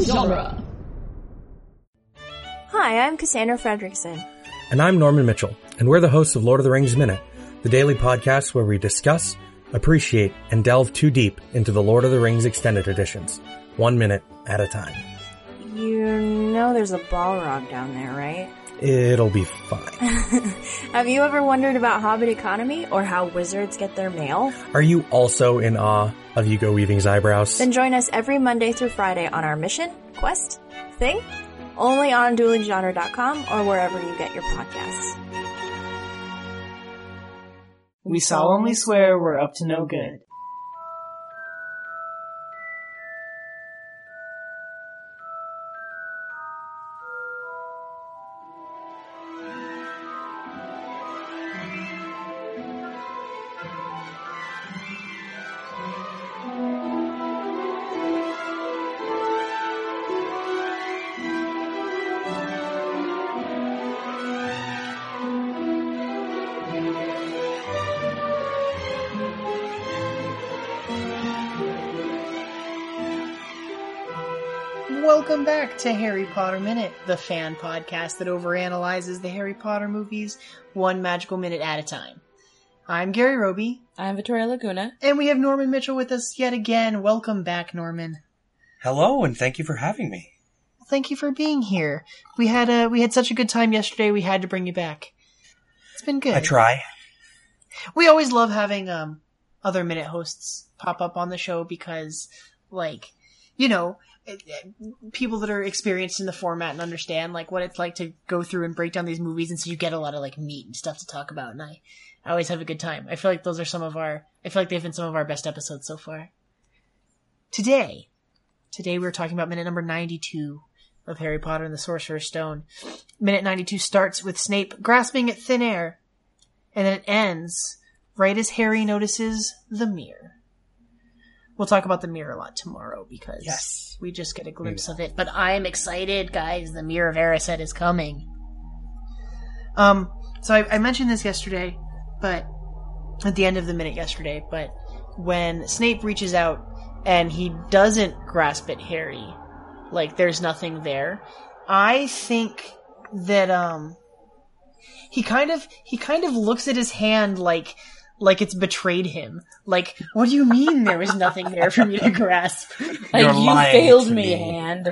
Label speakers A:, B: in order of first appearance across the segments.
A: genre.
B: Hi, I'm Cassandra Fredrickson.
C: And I'm Norman Mitchell, and we're the hosts of Lord of the Rings Minute, the daily podcast where we discuss, appreciate, and delve too deep into the Lord of the Rings extended editions, one minute at a time.
B: You know there's a Balrog down there, right?
C: It'll be fine.
B: Have you ever wondered about Hobbit economy or how wizards get their mail?
C: Are you also in awe of Hugo Weaving's eyebrows?
B: Then join us every Monday through Friday on our mission, quest, thing, only on duelinggenre.com or wherever you get your podcasts.
D: We solemnly swear we're up to no good. Welcome back to Harry Potter Minute, the fan podcast that overanalyzes the Harry Potter movies one magical minute at a time. I'm Gary Roby,
A: I'm Victoria Laguna.
D: and we have Norman Mitchell with us yet again. Welcome back, Norman.
C: Hello, and thank you for having me.
D: Thank you for being here. We had a we had such a good time yesterday. We had to bring you back. It's been good.
C: I try.
D: we always love having um other minute hosts pop up on the show because like you know it- it- people that are experienced in the format and understand like what it's like to go through and break down these movies and so you get a lot of like meat and stuff to talk about and i i always have a good time i feel like those are some of our i feel like they've been some of our best episodes so far today today we're talking about minute number 92 of harry potter and the sorcerer's stone minute 92 starts with snape grasping at thin air and then it ends right as Harry notices the mirror. We'll talk about the mirror a lot tomorrow because
C: Yes.
D: we just get a glimpse of it. But I'm excited, guys. The mirror of Erised is coming. Um, so I, I mentioned this yesterday, but at the end of the minute yesterday, but when Snape reaches out and he doesn't grasp at Harry, like there's nothing there. I think that um he kind of he kind of looks at his hand like like it's betrayed him. Like, what do you mean there was nothing there for me to grasp?
A: Like
C: You're
A: you
C: lying
A: failed
C: to
A: me,
C: me.
A: hand.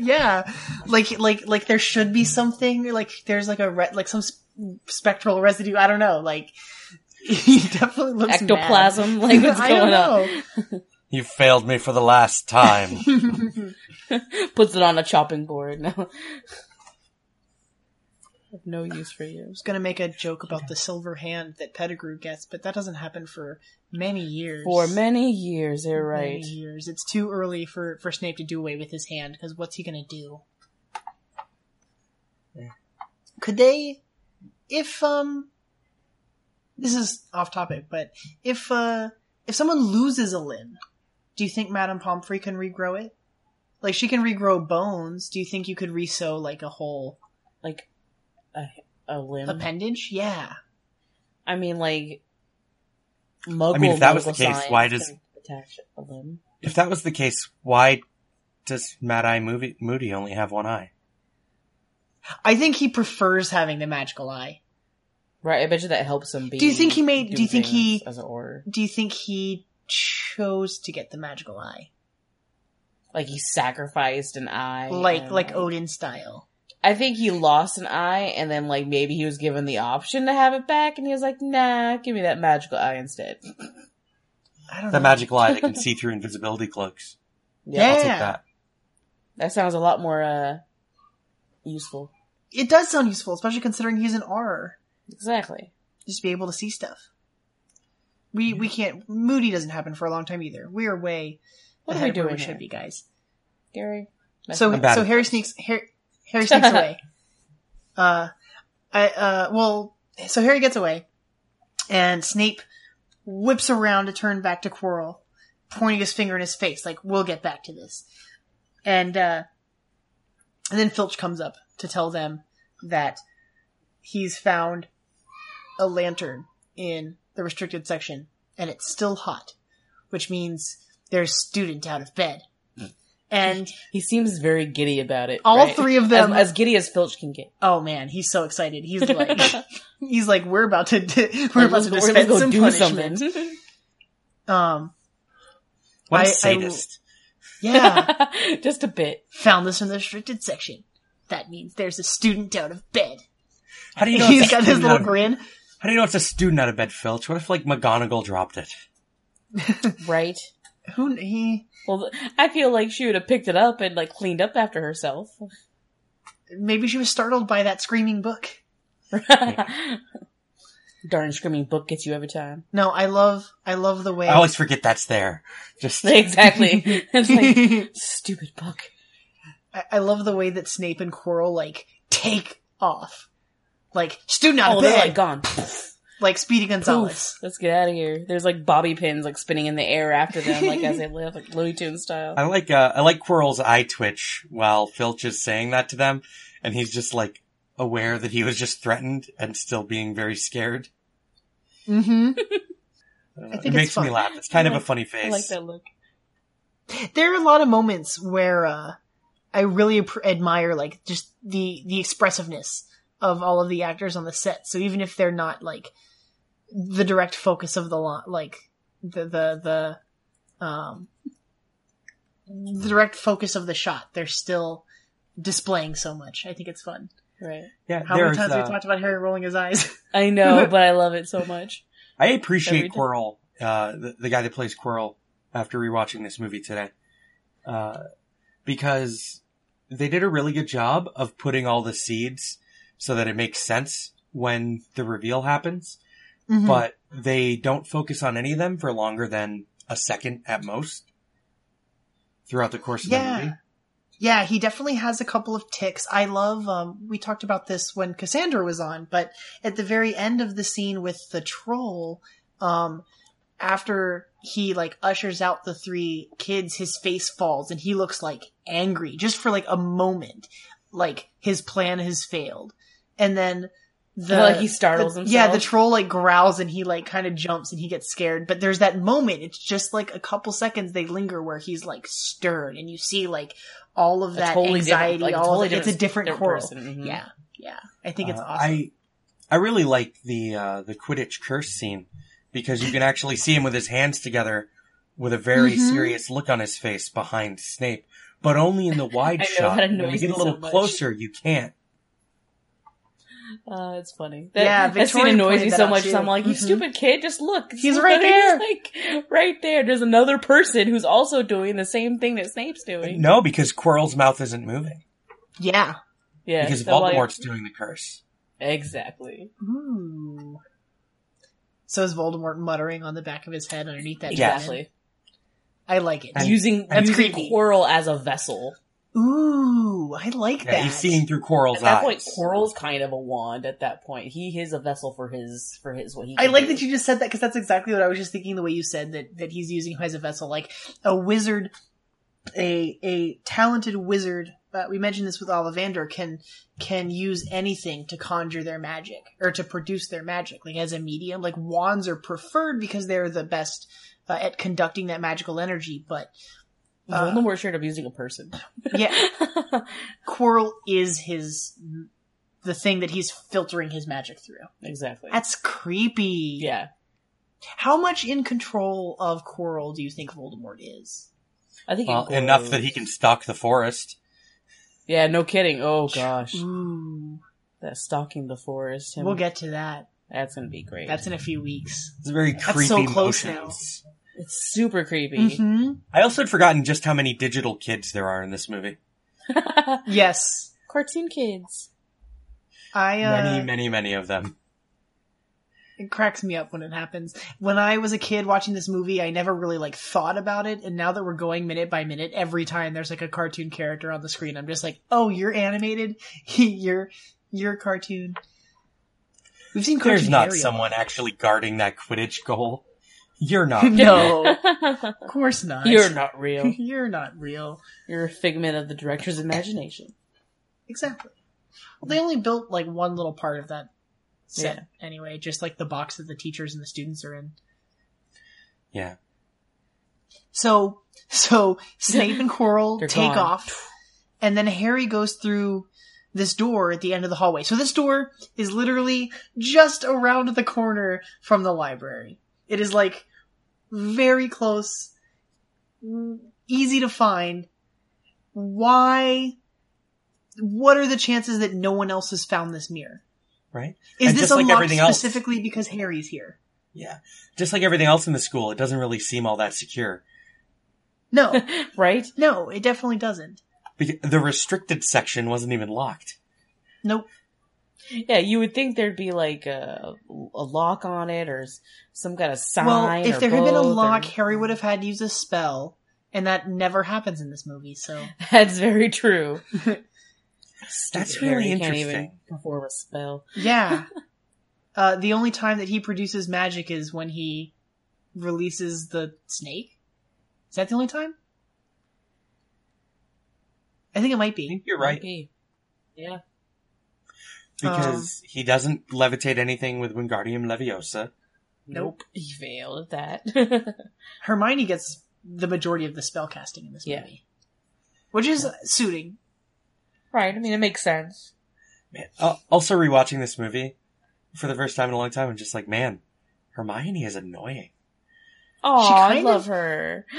D: yeah, like like like there should be something. Like there's like a re- like some sp- spectral residue. I don't know. Like he definitely looks mad.
A: Ectoplasm, like what's
D: I
A: going
D: don't
A: on?
D: know.
C: You failed me for the last time.
A: Puts it on a chopping board now. Have no use for you.
D: was going to make a joke about the silver hand that Pettigrew gets, but that doesn't happen for many years.
A: For many years, you're
D: Many
A: right.
D: years. It's too early for, for Snape to do away with his hand, because what's he going to do? Could they, if, um, this is off topic, but if, uh, if someone loses a limb, do you think Madame Pomfrey can regrow it? Like, she can regrow bones. Do you think you could resew, like, a whole
A: Like a, a limb.
D: appendage? Yeah.
A: I mean, like muggle.
C: I mean, if that was
A: muggle
C: the case,
A: sign
C: why
A: can
C: does-
A: attach a limb?
C: If that was the case, why does Mad Eye Moody, Moody only have one eye?
D: I think he prefers having the magical eye.
A: Right. I bet you that helps him. Be
D: Do you think he made-
A: do
D: do you think he-
A: things as an order?
D: Do you think he chose to get the magical eye,
A: Like he sacrificed an eye,
D: like
A: and,
D: like Odin style?
A: I think he lost an eye, and then like maybe he was given the option to have it back, and he was like, "Nah, give me that magical eye instead."
D: I don't
C: The
D: know.
C: magical eye that can see through invisibility cloaks.
D: Yeah.
C: I'll take that.
A: that sounds a lot more uh useful.
D: It does sound useful, especially considering he's an R.
A: Exactly.
D: Just be able to see stuff. We we can't. Moody doesn't happen for a long time either. We are way
A: What are
D: ahead
A: we
D: of where
A: doing?
D: We
A: here?
D: should be guys.
A: Gary.
D: So
C: I'm bad
D: so
C: at
D: Harry sneaks Harry, Harry sneaks away. Uh, I uh well so Harry gets away, and Snape whips around to turn back to Quirrell, pointing his finger in his face like we'll get back to this, and uh, and then Filch comes up to tell them that he's found a lantern in the restricted
C: Hmm.
D: section and it's still hot, which means there's student out of bed And
A: He seems very giddy about it.
D: all
A: right?
D: three of them
A: as, as giddy as Filch can get.
D: Oh man, he's so excited. He's like, he's like, we're about to, di- we're
A: Like,
D: about
A: let's
D: to
A: go- we're gonna
D: dispense
A: go
D: some
A: do
D: punishment.
A: something.
D: Um,
E: What a
D: I- I will-
E: sadist.
D: yeah,
A: just a bit.
D: found this in the restricted section. That means there's a student out of bed.
E: How do you know it's
D: he's
E: a
D: got his
E: student
D: little
E: out of-
D: grin.
E: How do you know it's a student out of bed, Filch? What if like McGonagall dropped it?
A: Right.
D: Who kn- he?
A: Well, th- I feel like she would have picked it up and like cleaned up after herself.
D: Maybe she was startled by that screaming book.
A: Darn screaming book gets you every time.
D: No, I love, I love the way.
E: I always forget that's there. Just
A: Exactly. it's like
D: I,
A: stupid book.
D: I love the way that Snape and Quirrell like take off, like student out
A: Oh,
D: of
A: they're
D: bed,
A: like
D: like,
A: gone. Poof.
D: Speedy Gonzalez.
A: Let's get out of here. There's like bobby pins like spinning in the air after them, like as they live, like Looney Tunes style.
E: I like uh, I like Quirrell's eye twitch while Filch is saying that to them, and he's just like aware that he was just threatened and still being very scared.
D: Mm-hmm.
E: I don't
D: I
E: know.
D: think
E: It
D: it's
E: makes me
D: fun.
E: laugh. It's kind
A: I
E: of a
A: like-
E: funny
A: I
E: face.
A: like that look.
D: there are a lot of moments where uh, I really pr- admire like just the the expressiveness of all of the actors on the set. So even if they're not like the direct focus of the lo- like the the the um the direct focus of the shot, they're still displaying so much. I think it's fun.
A: Right.
E: Yeah,
D: How
E: there's.
D: many times
E: Uh,
D: have we talked about Harry rolling his eyes?
A: I know, but I love it so much.
E: I
A: Every
E: appreciate
A: time.
E: Quirrell, uh, the, the guy that plays Quirrell, after rewatching this movie today, uh, because they did a really good job of putting all the seeds so that it makes sense when the reveal happens.
D: Mhm.
E: but they don't focus on any of them for longer than a second at most throughout the course of
D: Yeah.
E: the movie.
D: Yeah, he definitely has a couple of ticks. I love, um, we talked about this when Cassandra was on, but at the very end of the scene with the troll, um, after he like ushers out the three kids, his face falls and he looks like angry just for like a moment. Like his plan has failed. And then the,
A: Well, like, he startles
D: the-
A: himself.
D: Yeah, the troll like growls and he like kind of jumps and he gets scared. But there's that moment. It's just like a couple seconds they linger where he's like stirred and you see like all of
A: A
D: that
A: totally different-
D: anxiety.
A: like, a
D: all
A: totally
D: of, it's a
A: different-
D: different,
A: different
D: Quirrell.
A: person, mhm.
D: Yeah, yeah. I think it's
E: Uh,
D: awesome.
E: I I really like the uh, the Quidditch curse scene because you can actually see him with his hands together with a very
A: Mm-hmm.
D: Mhm.
E: serious look on his face behind Snape, but only in the wide
A: I know,
E: shot.
A: that
E: When you
A: annoys
E: get
A: me
E: a little
A: so much.
E: closer, you can't.
A: Uh, it's funny. That,
D: Yeah,
A: that scene
D: Victoria
A: annoys
D: pointed
A: me
D: that
A: so
D: out
A: much.
D: too.
A: So I'm like, you
D: Mhm.
A: stupid kid, just look. Just
D: He's
A: look at
D: right
A: it. He's, like right there. There's another person who's also doing the same thing that Snape's doing.
E: No, because Quirrell's mouth isn't moving
D: yeah.
A: yeah,
E: because
A: so, like-
E: Voldemort's doing the curse.
A: exactly.
D: Ooh. So is Voldemort muttering on the back of his head underneath that?
E: Yeah.
D: diamond?
A: Exactly.
D: I like it.
E: And-
A: using
E: that's
A: using
D: creepy.
A: Quirrell as a vessel.
D: Ooh, I like
E: Yeah,
D: that.
E: he's seeing through Quirrell's
A: At that
E: eyes.
A: point, Quirrell's kind of a wand. At that point, he is a vessel for his for his what he.
D: I
A: can
D: like
A: do.
D: that you just said that because that's exactly what I was just thinking. The way you said that that he's using him as a vessel, like a wizard, a a talented wizard. But we mentioned this with Ollivander can can use anything to conjure their magic or to produce their magic, like as a medium. Like wands are preferred because they're the best uh, at conducting that magical energy. But uh,
A: Voldemort straight up using a person.
D: yeah, Quirrell is his the thing that he's filtering his magic through.
A: exactly.
D: That's creepy.
A: yeah,
D: How much in control of Quirrell do you think Voldemort is?
A: I think
E: Well,
A: it grows.
E: uh, enough that he can stalk the forest.
A: Yeah, no kidding. Oh gosh,
D: Ooh,
A: that stalking the forest. Him,
D: we'll get to that.
A: that's gonna be great.
D: That's in a few weeks.
E: It's very
D: That's
E: creepy
D: so close
E: motions.
A: it's super creepy.
D: hmm
E: I also had forgotten just how many digital kids there are in this movie.
D: Mm-hmm. Yes,
A: Cartoon kids.
D: I. Uh,
E: Many, many, many of them.
D: It cracks me up when it happens. When I was a kid watching this movie, I never really like thought about it, and now that we're going minute by minute, every time there's like a cartoon character on the screen, I'm just like, oh, you're animated. you're you're cartoon. We've seen cartoon.
E: There's not
D: Ariel.
E: someone actually guarding that Quidditch goal. You're not.
D: No, of course not.
A: You're not real.
D: you're not real.
A: You're a figment of the director's imagination.
D: Exactly. Well, they only built like one little part of that set anyway, just like the box that the teachers and the students are in.
E: Yeah.
D: So So Snape and Quirrell
A: They're
D: take
A: gone.
D: off, and then Harry goes through this door at the end of the hallway. So this door is literally just around the corner from the library. It is like very close, easy to find. Why? What are the chances that no one else has found this mirror?
E: right?
D: Is
E: And
D: this
E: just like
D: unlocked
E: everything else-
D: specifically because Harry's here?
E: Yeah. Just like everything else in the school, it doesn't really seem all that secure.
D: No,
A: right?
D: no, it definitely doesn't.
E: Because the restricted section wasn't even locked.
D: Nope.
A: Yeah, you would think there'd be like a, a lock on it or s- some kind of sign.
D: Well, if
A: or
D: there had been a
A: both or-
D: lock, Harry would have had to use a spell, and that never happens in this movie. So
A: That's very true.
E: That's
A: Stupid
E: really
A: Harry can't even
E: interesting.
A: perform a spell.
D: yeah, uh, the only time that he produces magic is when he releases the snake. Is that the only time? I think it might
E: I
D: be.
E: think you're right.
A: Maybe. Yeah.
E: Because he doesn't levitate anything with Wingardium Leviosa.
D: Nope.
A: He failed at that.
D: Hermione gets the majority of the spell casting in this
A: Yeah.
D: movie, which is suiting.
A: right. I mean, it makes sense.
E: Man, uh, also rewatching this movie for the first time in a long time, I'm just like, man, Hermione is annoying.
A: Oh,
D: She
A: I
D: kind
A: love
D: of-
A: her.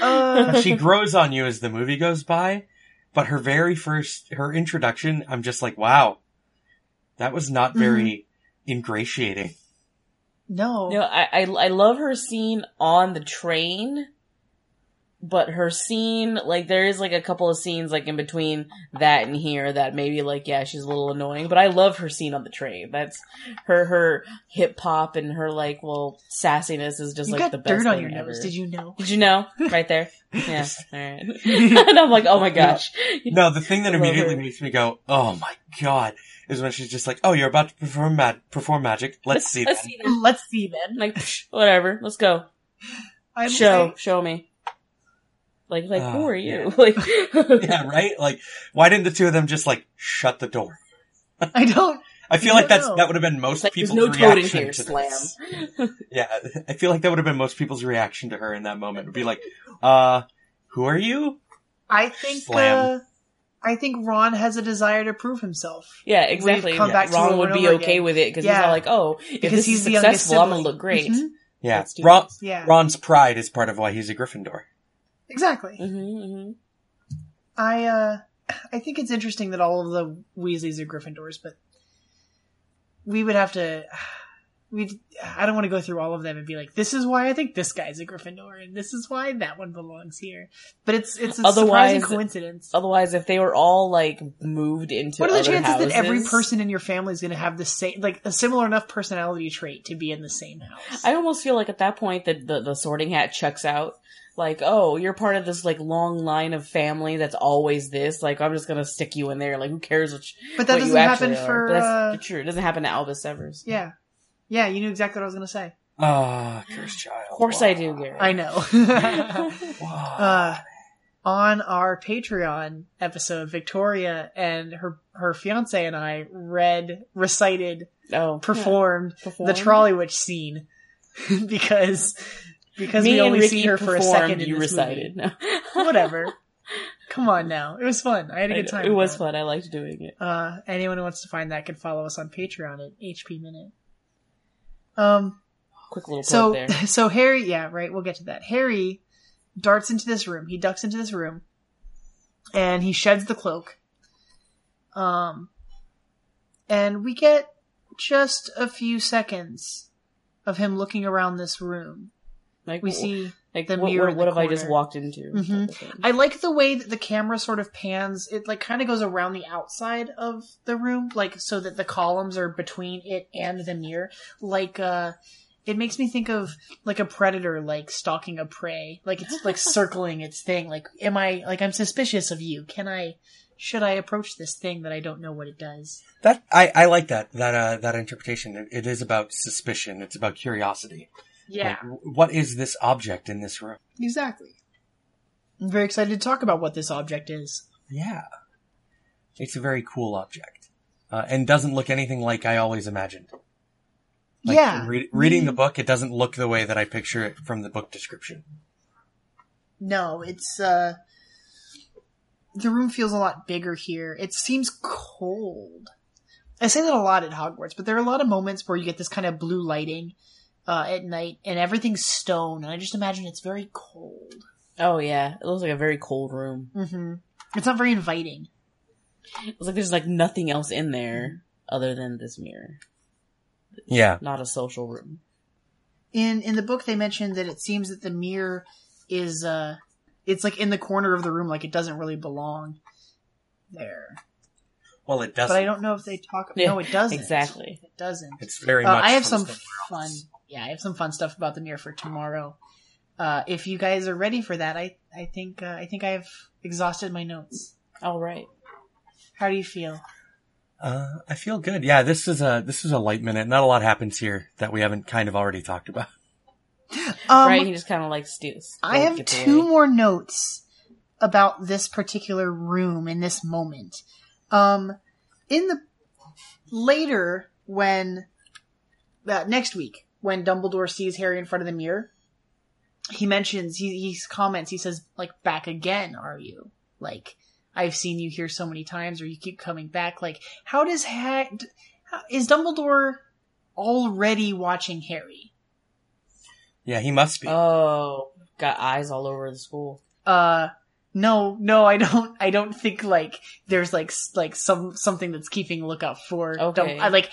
D: Uh,
E: she grows on you as the movie goes by, but her very first, her introduction, I'm just like, wow, that was not very
A: Mm-hmm.
E: ingratiating.
D: no,
A: No, I, I I love her scene on the train, but her scene like there is like a couple of scenes like in between that and here that maybe like yeah she's a little annoying, but I love her scene on the train. That's her her hip hop and her like well sassiness is just
D: you
A: like
D: got
A: the best
D: dirt on
A: thing
D: your
A: ever.
D: nose. Did you know?
A: Did you know? Right there. Yeah. All right. and I'm like, oh my gosh.
E: No, the thing that
A: I love
E: immediately
A: her.
E: makes me go, oh my god, is when she's just like, oh, you're about to perform, ma- perform magic. Let's see
A: Let's
E: that.
A: see them.
D: Let's see then.
A: Like psh, whatever. Let's go.
D: I'm
A: show. Show me. Like like
E: Uh,
D: Ah,
A: who are you?
E: yeah.
A: Like
E: yeah, right? Like, why didn't the two of them just like shut the door?
D: I don't.
E: I feel
D: I
E: like
D: don't
E: that's
D: know.
E: that would have been most
A: Like, there's
E: people's
A: no toad in
E: reaction
A: here,
E: to
A: slam.
E: this. Yeah, I feel like that would have been most people's reaction to her in that moment. Would be like, uh, who are you?
D: I think.
E: Slam.
D: Uh, I think Ron has a desire to prove himself.
A: Yeah, exactly.
D: We've come
E: Yeah.
D: back to
A: Ron
D: it
A: would
D: over
A: be
D: and over
A: okay
D: again.
A: with it because he's
D: Yeah.
A: all like, "Oh, if
D: Because
A: this
D: he's
A: is
D: the youngest
A: successful, I'm gonna
D: sibling.
A: look great."
D: Mhm.
E: Yeah,
A: Let's do
E: Ron,
A: this.
D: Yeah,
E: Ron's pride is part of why he's a Gryffindor.
D: exactly.
A: hmm hmm
D: I uh, I think it's interesting that all of the Weasleys are Gryffindors, but we would have to. We I don't want to go through all of them and be like, this is why I think this guy's a Gryffindor, and this is why that one belongs here. But it's it's a surprising
A: Otherwise-
D: coincidence.
A: Otherwise, if they were all like moved into
D: What are the
A: other
D: chances that every
A: houses-
D: person in your family is going to have the same, like a similar enough personality trait to be in the same house?
A: I almost feel like at that point that the, the Sorting Hat checks out. Like, oh, you're part of this like long line of family that's always this. Like, I'm just gonna stick you in there. Like, who cares which?
D: but that
A: what
D: doesn't
A: you actually
D: happen
A: are.
D: for.
A: But
D: uh,
A: that's true. It doesn't happen to Albus Severs.
D: Yeah. Yeah, you knew exactly what I was going to say.
E: Ah, cursed child.
A: Of course I do, Gary.
D: I know. uh, on our Patreon episode, Victoria and her her fiance and I read, recited,
A: Oh,
D: performed
A: perform.
D: the trolley witch scene because because
A: Me
D: we
A: and
D: only
A: Ricky
D: see her for a
A: performed,
D: second. In
A: You
D: this
A: recited.
D: movie.
A: No.
D: Whatever. Come on now, it was fun. I had a
A: I
D: good
A: know.
D: time.
A: It
D: with
A: was
D: that.
A: fun. I liked doing it.
D: Uh, anyone who wants to find that can follow us on Patreon at HP Minute. Um,
A: Quick little plug
D: so
A: there.
D: so Harry, yeah, right. We'll get to that. Harry darts into this room. He ducks into this room, and he sheds the cloak. Um, and we get just a few seconds of him looking around this room.
A: Like
D: We
A: wh-
D: see
A: like
D: the
A: what,
D: mirror
A: what,
D: in
A: what
D: the
A: have I just
D: corner.
A: walked into? type
D: Mhm.
A: of thing.
D: I like the way that the camera sort of pans. It like kind of goes around the outside of the room, like so that the columns are between it and the mirror. Like uh it makes me think of like a predator like stalking a prey. Like it's like circling its thing. Like am I like I'm suspicious of you. Can I should I approach this thing that I don't know what it does?
E: That I, I like that that uh, that interpretation. It, it is about suspicion. It's about curiosity.
D: Yeah.
E: Like, w- what is this object in this room?
D: Exactly. I'm very excited to talk about what this object is.
E: Yeah, it's a very cool object, uh, and doesn't look anything like I always imagined. Like,
D: yeah. Mm.
E: re- reading the book, it doesn't look the way that I picture it from the book description.
D: no, it's uh the room feels a lot bigger here. It seems cold. I say that a lot at Hogwarts, but there are a lot of moments where you get this kind of blue lighting uh, at night, and everything's stone, and I just imagine it's very cold.
A: Oh yeah, it looks like a very cold room.
D: hmm It's not very inviting.
A: It's like there's like nothing else in there
D: Mm-hmm.
A: other than this mirror.
E: Yeah.
A: Not a social room.
D: in in the book they mentioned that it seems that the mirror is uh it's like in the corner of the room like it doesn't really belong there
E: Well, it
D: but
E: doesn't.
D: i don't know if they talk no it doesn't
A: Exactly.
D: it doesn't
E: it's very
D: uh,
E: much.
D: i have
E: from
D: some
E: somewhere
D: fun
E: else.
D: yeah i have some fun stuff about the mirror for tomorrow uh if you guys are ready for that i i think uh, i think i've exhausted my notes
A: All right.
D: how do you feel
E: Uh, I feel good. Yeah, this is a this is a light minute. Not a lot happens here that we haven't kind of already talked about.
D: um
A: right. He just kind of like steals.
D: i have two more notes about this particular room in this moment. Um, in the later when uh, next week when Dumbledore sees Harry in front of the mirror, he mentions he he comments he says like back again are you like I've seen you here so many times or you keep coming back like how does ha- d- how- is Dumbledore already watching Harry?
E: Yeah, he must be.
A: Oh, got eyes all over the school.
D: uh no no i don't i don't think like there's like s- like some something that's keeping lookout for Dum-
A: Okay.
D: I, like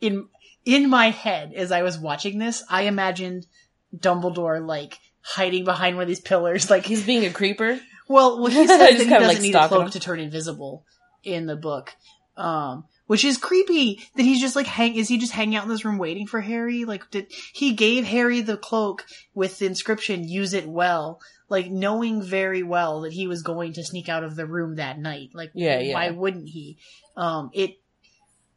D: in in my head as i was watching this i imagined dumbledore like hiding behind one of these pillars like
A: He's being a creeper.
D: well, well, he
A: Just
D: says that he
A: kinda,
D: doesn't
A: like,
D: need a
A: stalking
D: cloak
A: him.
D: to turn invisible in the book, um, which is creepy. That he's just like hang. Is he just hanging out in this room waiting for Harry? Like, did he gave Harry the cloak with the inscription "Use it well," like knowing very well that he was going to sneak out of the room that night. Like,
A: Yeah, yeah.
D: why wouldn't he? Um, it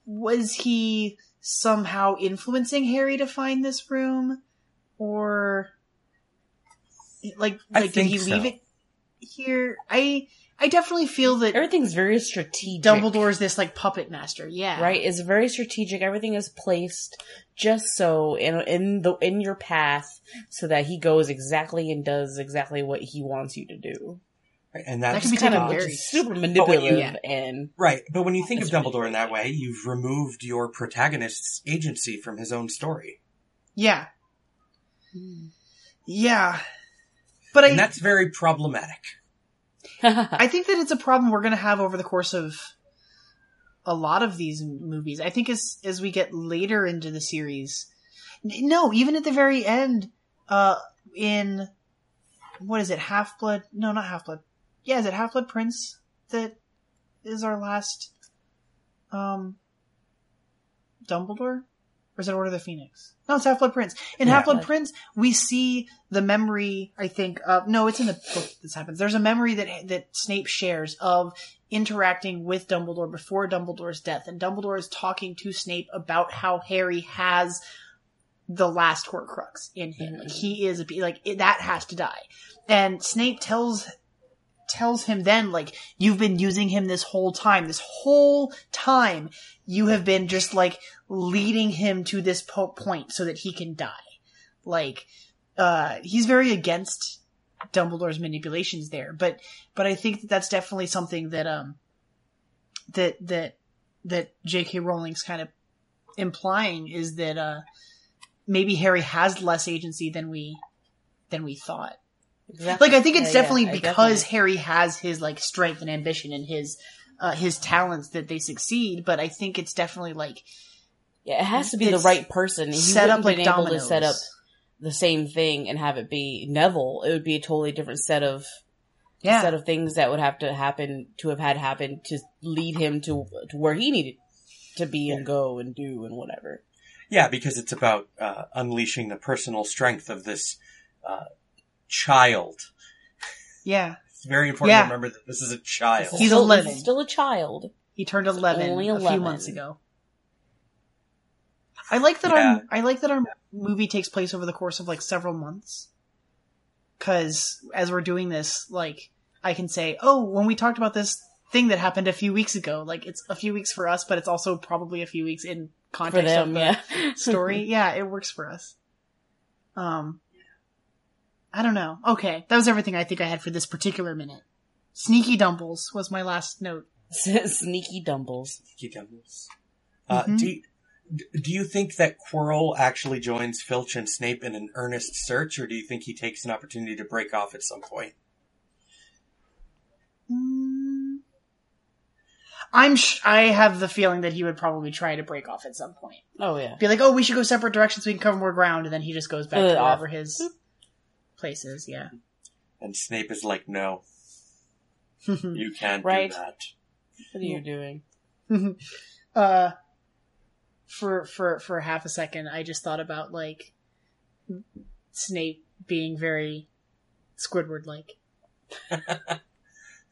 D: was he somehow influencing Harry to find this room, or like
E: I
D: like did he
E: think
D: leave
E: so.
D: it here? I I definitely feel that
A: Everything's very strategic.
D: Dumbledore's this like puppet master. Yeah,
A: right is very strategic. Everything is placed just so in in the in your path so that he goes exactly and does exactly what he wants you to do.
E: and
D: That
E: that's
D: could be
A: Kind
D: taken
A: of which
D: very.
A: is super manipulative
D: Yeah.
A: and
E: right. But when you think of
A: That's
E: Dumbledore in that way, you've removed your protagonist's agency from his own story,
D: Yeah, yeah, but
E: and
D: I
E: that's very problematic.
D: I think that it's a problem we're gonna have over the course of a lot of these m- movies. I think as as we get later into the series, n- no, even at the very end, uh, in what is it, Half Blood? No, not Half Blood. Yeah, is it Half Blood Prince that is our last, um, Dumbledore, or is it Order of the Phoenix? No, it's Half Blood Prince. In
E: Yeah.
D: Half Blood Prince, we see the memory. I think of no, it's in the book. This happens. There's a memory that that Snape shares of interacting with Dumbledore before Dumbledore's death, and Dumbledore is talking to Snape about how Harry has the last Horcrux in him. Like he is a be- like it, that has to die, and Snape tells tells him then like you've been using him this whole time this whole time you have been just like leading him to this po- point so that he can die like uh he's very against dumbledore's manipulations there but but i think that that's definitely something that um that that that jk rowling's kind of implying is that uh maybe harry has less agency than we than we thought
A: Exactly.
D: like I think
A: Yeah,
D: it's
A: yeah,
D: definitely
A: I
D: because
A: definitely-
D: Harry has his like strength and ambition and his uh, his talents that they succeed. But I think it's definitely like
A: yeah, it has to be the
D: it's
A: right person. He
D: set up like
A: been able
D: dominoes.
A: to set up the same thing and have it be Neville. It would be a totally different set of
D: yeah,
A: set of things that would have to happen to have had happen to lead him to to where he needed to be and go and do and whatever.
E: Yeah, because it's about uh, unleashing the personal strength of this uh, child.
D: yeah.
E: It's very important
D: Yeah.
E: to remember that this is a child.
D: He's
A: still,
D: 11.
A: Still a child.
D: He turned eleven,
A: only
D: a
A: 11.
D: few months ago. I like that
E: Yeah.
D: our I like that our movie takes place over the course of like several months. Because as we're doing this, like I can say, oh, when we talked about this thing that happened a few weeks ago, like it's a few weeks for us, but it's also probably a few weeks in
A: for
D: context
A: them,
D: of the
A: yeah.
D: story. yeah, it works for us. Um, I don't know. Okay, that was everything I think I had for this particular minute. Sneaky Dumbles was my last note.
A: Sneaky Dumbles.
E: Cucumbers. Uh,
D: Mhm.
E: do, you, d- do you think that Quirrell actually joins Filch and Snape in an earnest search, or do you think he takes an opportunity to break off at some point?
D: Mm. I'm sh- I have the feeling that he would probably try to break off at some point.
A: Oh yeah.
D: Be like, oh, we should go separate directions. We can cover more ground, and then he just goes back
A: Uh,
D: to
A: off.
D: wherever his place is. Yeah.
E: And Snape is like, no, you can't
A: Right.
E: do that.
A: What are you doing?
D: uh for for for half a second i just thought about like snape being very squidward like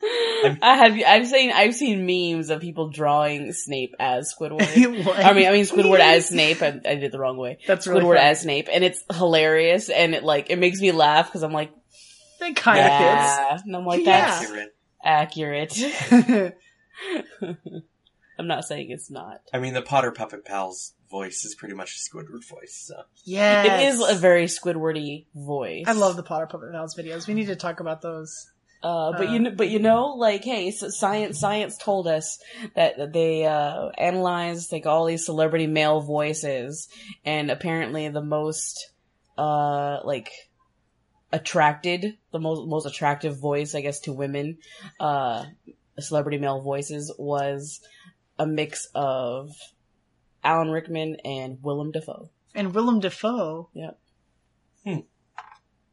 A: I have. I've seen. I've seen memes of people drawing Snape as Squidward. I mean, I mean Squidward as Snape. I, I did it the wrong way.
D: that's really
A: Squidward
D: funny.
A: as Snape, and it's hilarious, and it like it makes me laugh because I'm like,
D: that kind of
A: yeah, and I'm like, that's
E: Accurate.
A: accurate.
D: fits
A: I'm not saying it's not.
E: I mean, the Potter Puppet Pal's voice is pretty much a Squidward voice, so.
D: yeah
A: It is a very Squidwardy voice.
D: i love the potter puppet pals videos we need to talk about those
A: Uh, but you
D: Uh.
A: know, but you know, like, hey, so science, science told us that that they uh, analyzed like all these celebrity male voices, and apparently the most, uh, like, attracted, the most most attractive voice, I guess, to women, uh, celebrity male voices was a mix of Alan Rickman and Willem Dafoe.
D: and willem dafoe
A: Yep.
E: Hmm.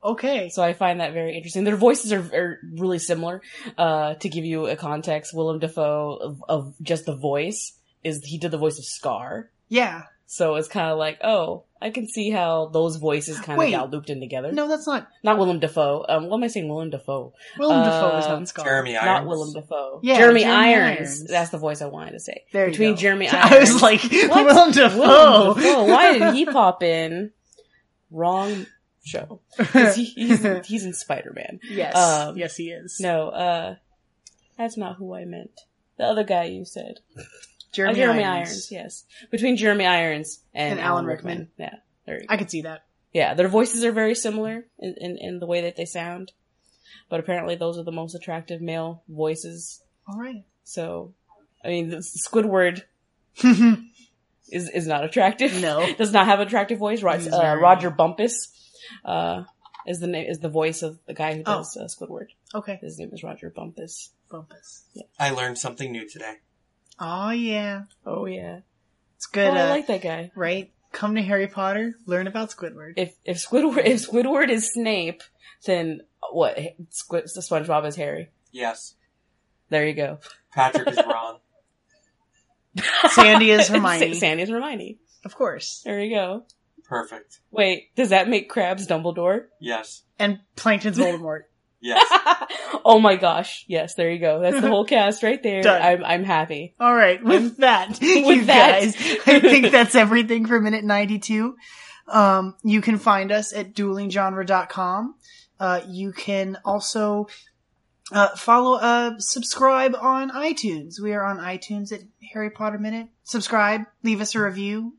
D: okay
A: So I find that very interesting. Their voices are, are really similar. Uh, to give you a context, Willem Dafoe of, of just the voice is he did the voice of Scar.
D: yeah
A: So it's kind of like, oh, I can see how those voices kind of
D: Wait.
A: got looped in together.
D: no that's not
A: Not Willem Dafoe. Um, what am I saying? Willem Dafoe.
D: willem dafoe is
A: Um,
D: not scar
E: Jeremy Irons.
A: Not Willem Dafoe.
D: Yeah,
A: Jeremy,
D: Jeremy
A: Irons.
D: Irons.
A: That's the voice I wanted to say.
D: there you
A: Between
D: go.
A: Jeremy Irons.
D: i was like
A: What?
D: willem dafoe,
A: Willem Dafoe. Why did he pop in? Wrong show. 'Cause he- he's, he's in Spider Man.
D: yes
A: Um,
D: yes he is
A: No, uh, that's not who I meant. The other guy you said. Uh,
D: Jeremy, Irons.
A: yes. Between Jeremy Irons and,
D: And
A: Alan
D: Alan
A: Rickman.
D: Rickman.
A: Yeah. There you go.
D: I could see that.
A: yeah, their voices are very similar in, in, in the way that they sound. But apparently those are the most attractive male voices.
D: All right.
A: So, I mean, the Squidward is, is not attractive.
D: no.
A: Does not have an attractive voice. Rog-
D: He's
A: uh,
D: very-
A: Roger Bumpus, uh, is the name, is the voice of the guy who
D: Oh.
A: does uh, Squidward.
D: Okay.
A: His name is Roger Bumpus.
D: Bumpus.
E: I learned something new today.
D: Oh yeah,
A: Oh yeah.
D: it's good.
A: oh, I
D: uh,
A: like that guy.
D: right. Come to Harry Potter. Learn about Squidward.
A: if if Squidward if Squidward is Snape, then what? Squid, SpongeBob is Harry.
E: Yes.
A: There you go.
E: Patrick is Ron.
D: Sandy is
A: Sa-
D: Hermione.
A: Sandy is Hermione.
D: Of course.
A: There you go.
E: Perfect.
A: Wait, does that make Krabs Dumbledore?
E: Yes.
D: And Plankton's Voldemort.
E: Yes.
A: oh my gosh! Yes, there you go. That's the whole cast right there.
D: Done.
A: I'm I'm happy.
D: All right. With that, you
A: that.
D: guys, I think that's everything for minute 92. Um, you can find us at duelinggenre.com. Uh, you can also uh, follow, uh, subscribe on iTunes. We are on iTunes at Harry Potter Minute. Subscribe, leave us a review,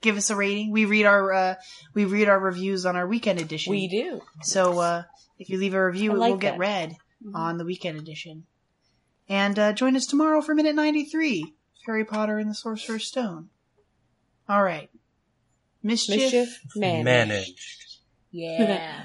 D: give us a rating. We read our uh, we read our reviews on our weekend edition.
A: We do.
D: So uh, if you leave a review,
A: I
D: it
A: like
D: will get
A: that. Mm-hmm.
D: read on the weekend edition. And uh, join us tomorrow for minute 93 Harry Potter and the Sorcerer's Stone. All right. Mischief.
A: Mischief managed.
E: Managed.
D: Yeah.